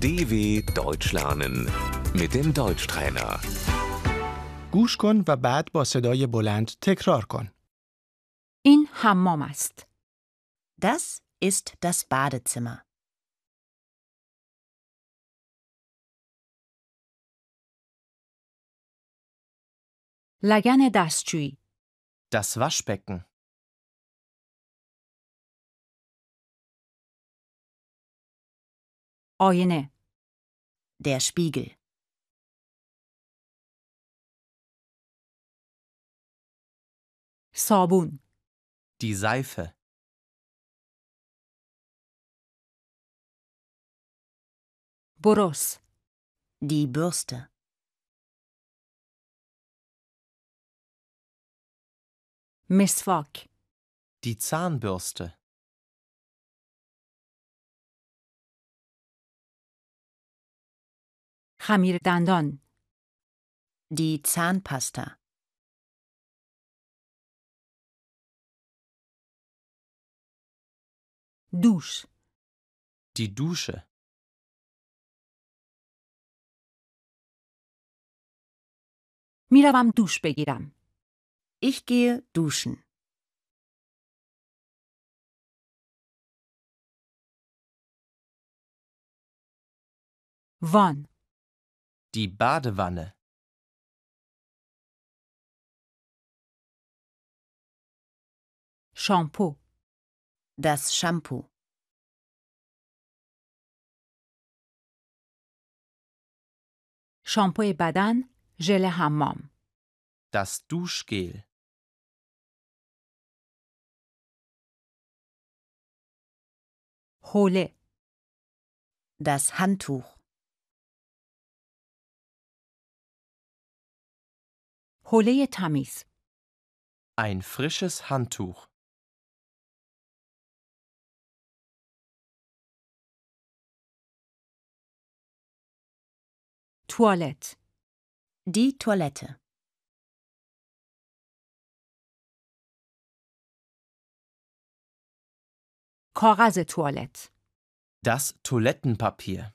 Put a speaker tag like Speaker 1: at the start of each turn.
Speaker 1: DW Deutsch lernen mit dem Deutschtrainer.
Speaker 2: گوش کن و بعد با صدای بلند تکرار کن.
Speaker 3: این حمام است.
Speaker 4: Das ist das Badezimmer.
Speaker 3: لگن دستشویی.
Speaker 5: Das Waschbecken.
Speaker 3: آینه.
Speaker 4: Der Spiegel.
Speaker 3: صابون.
Speaker 5: Die Seife.
Speaker 3: برس.
Speaker 4: Die Bürste.
Speaker 3: مسواک.
Speaker 5: Die Zahnbürste.
Speaker 3: خمیر دندان.
Speaker 4: Die Zahnpasta.
Speaker 3: دوش.
Speaker 5: Die Dusche.
Speaker 3: میروم دوش بگیرم.
Speaker 4: Ich gehe duschen.
Speaker 3: وان.
Speaker 5: Die Badewanne.
Speaker 3: شامپو.
Speaker 4: Das Shampoo.
Speaker 3: شامپو بدن. ژل حمام.
Speaker 5: Das Duschgel.
Speaker 3: حوله.
Speaker 4: Das Handtuch.
Speaker 3: حوله تمیز.
Speaker 5: Ein frisches Handtuch.
Speaker 3: توالت.
Speaker 4: Die Toilette.
Speaker 3: کاغذ توالت.
Speaker 5: Das Toilettenpapier.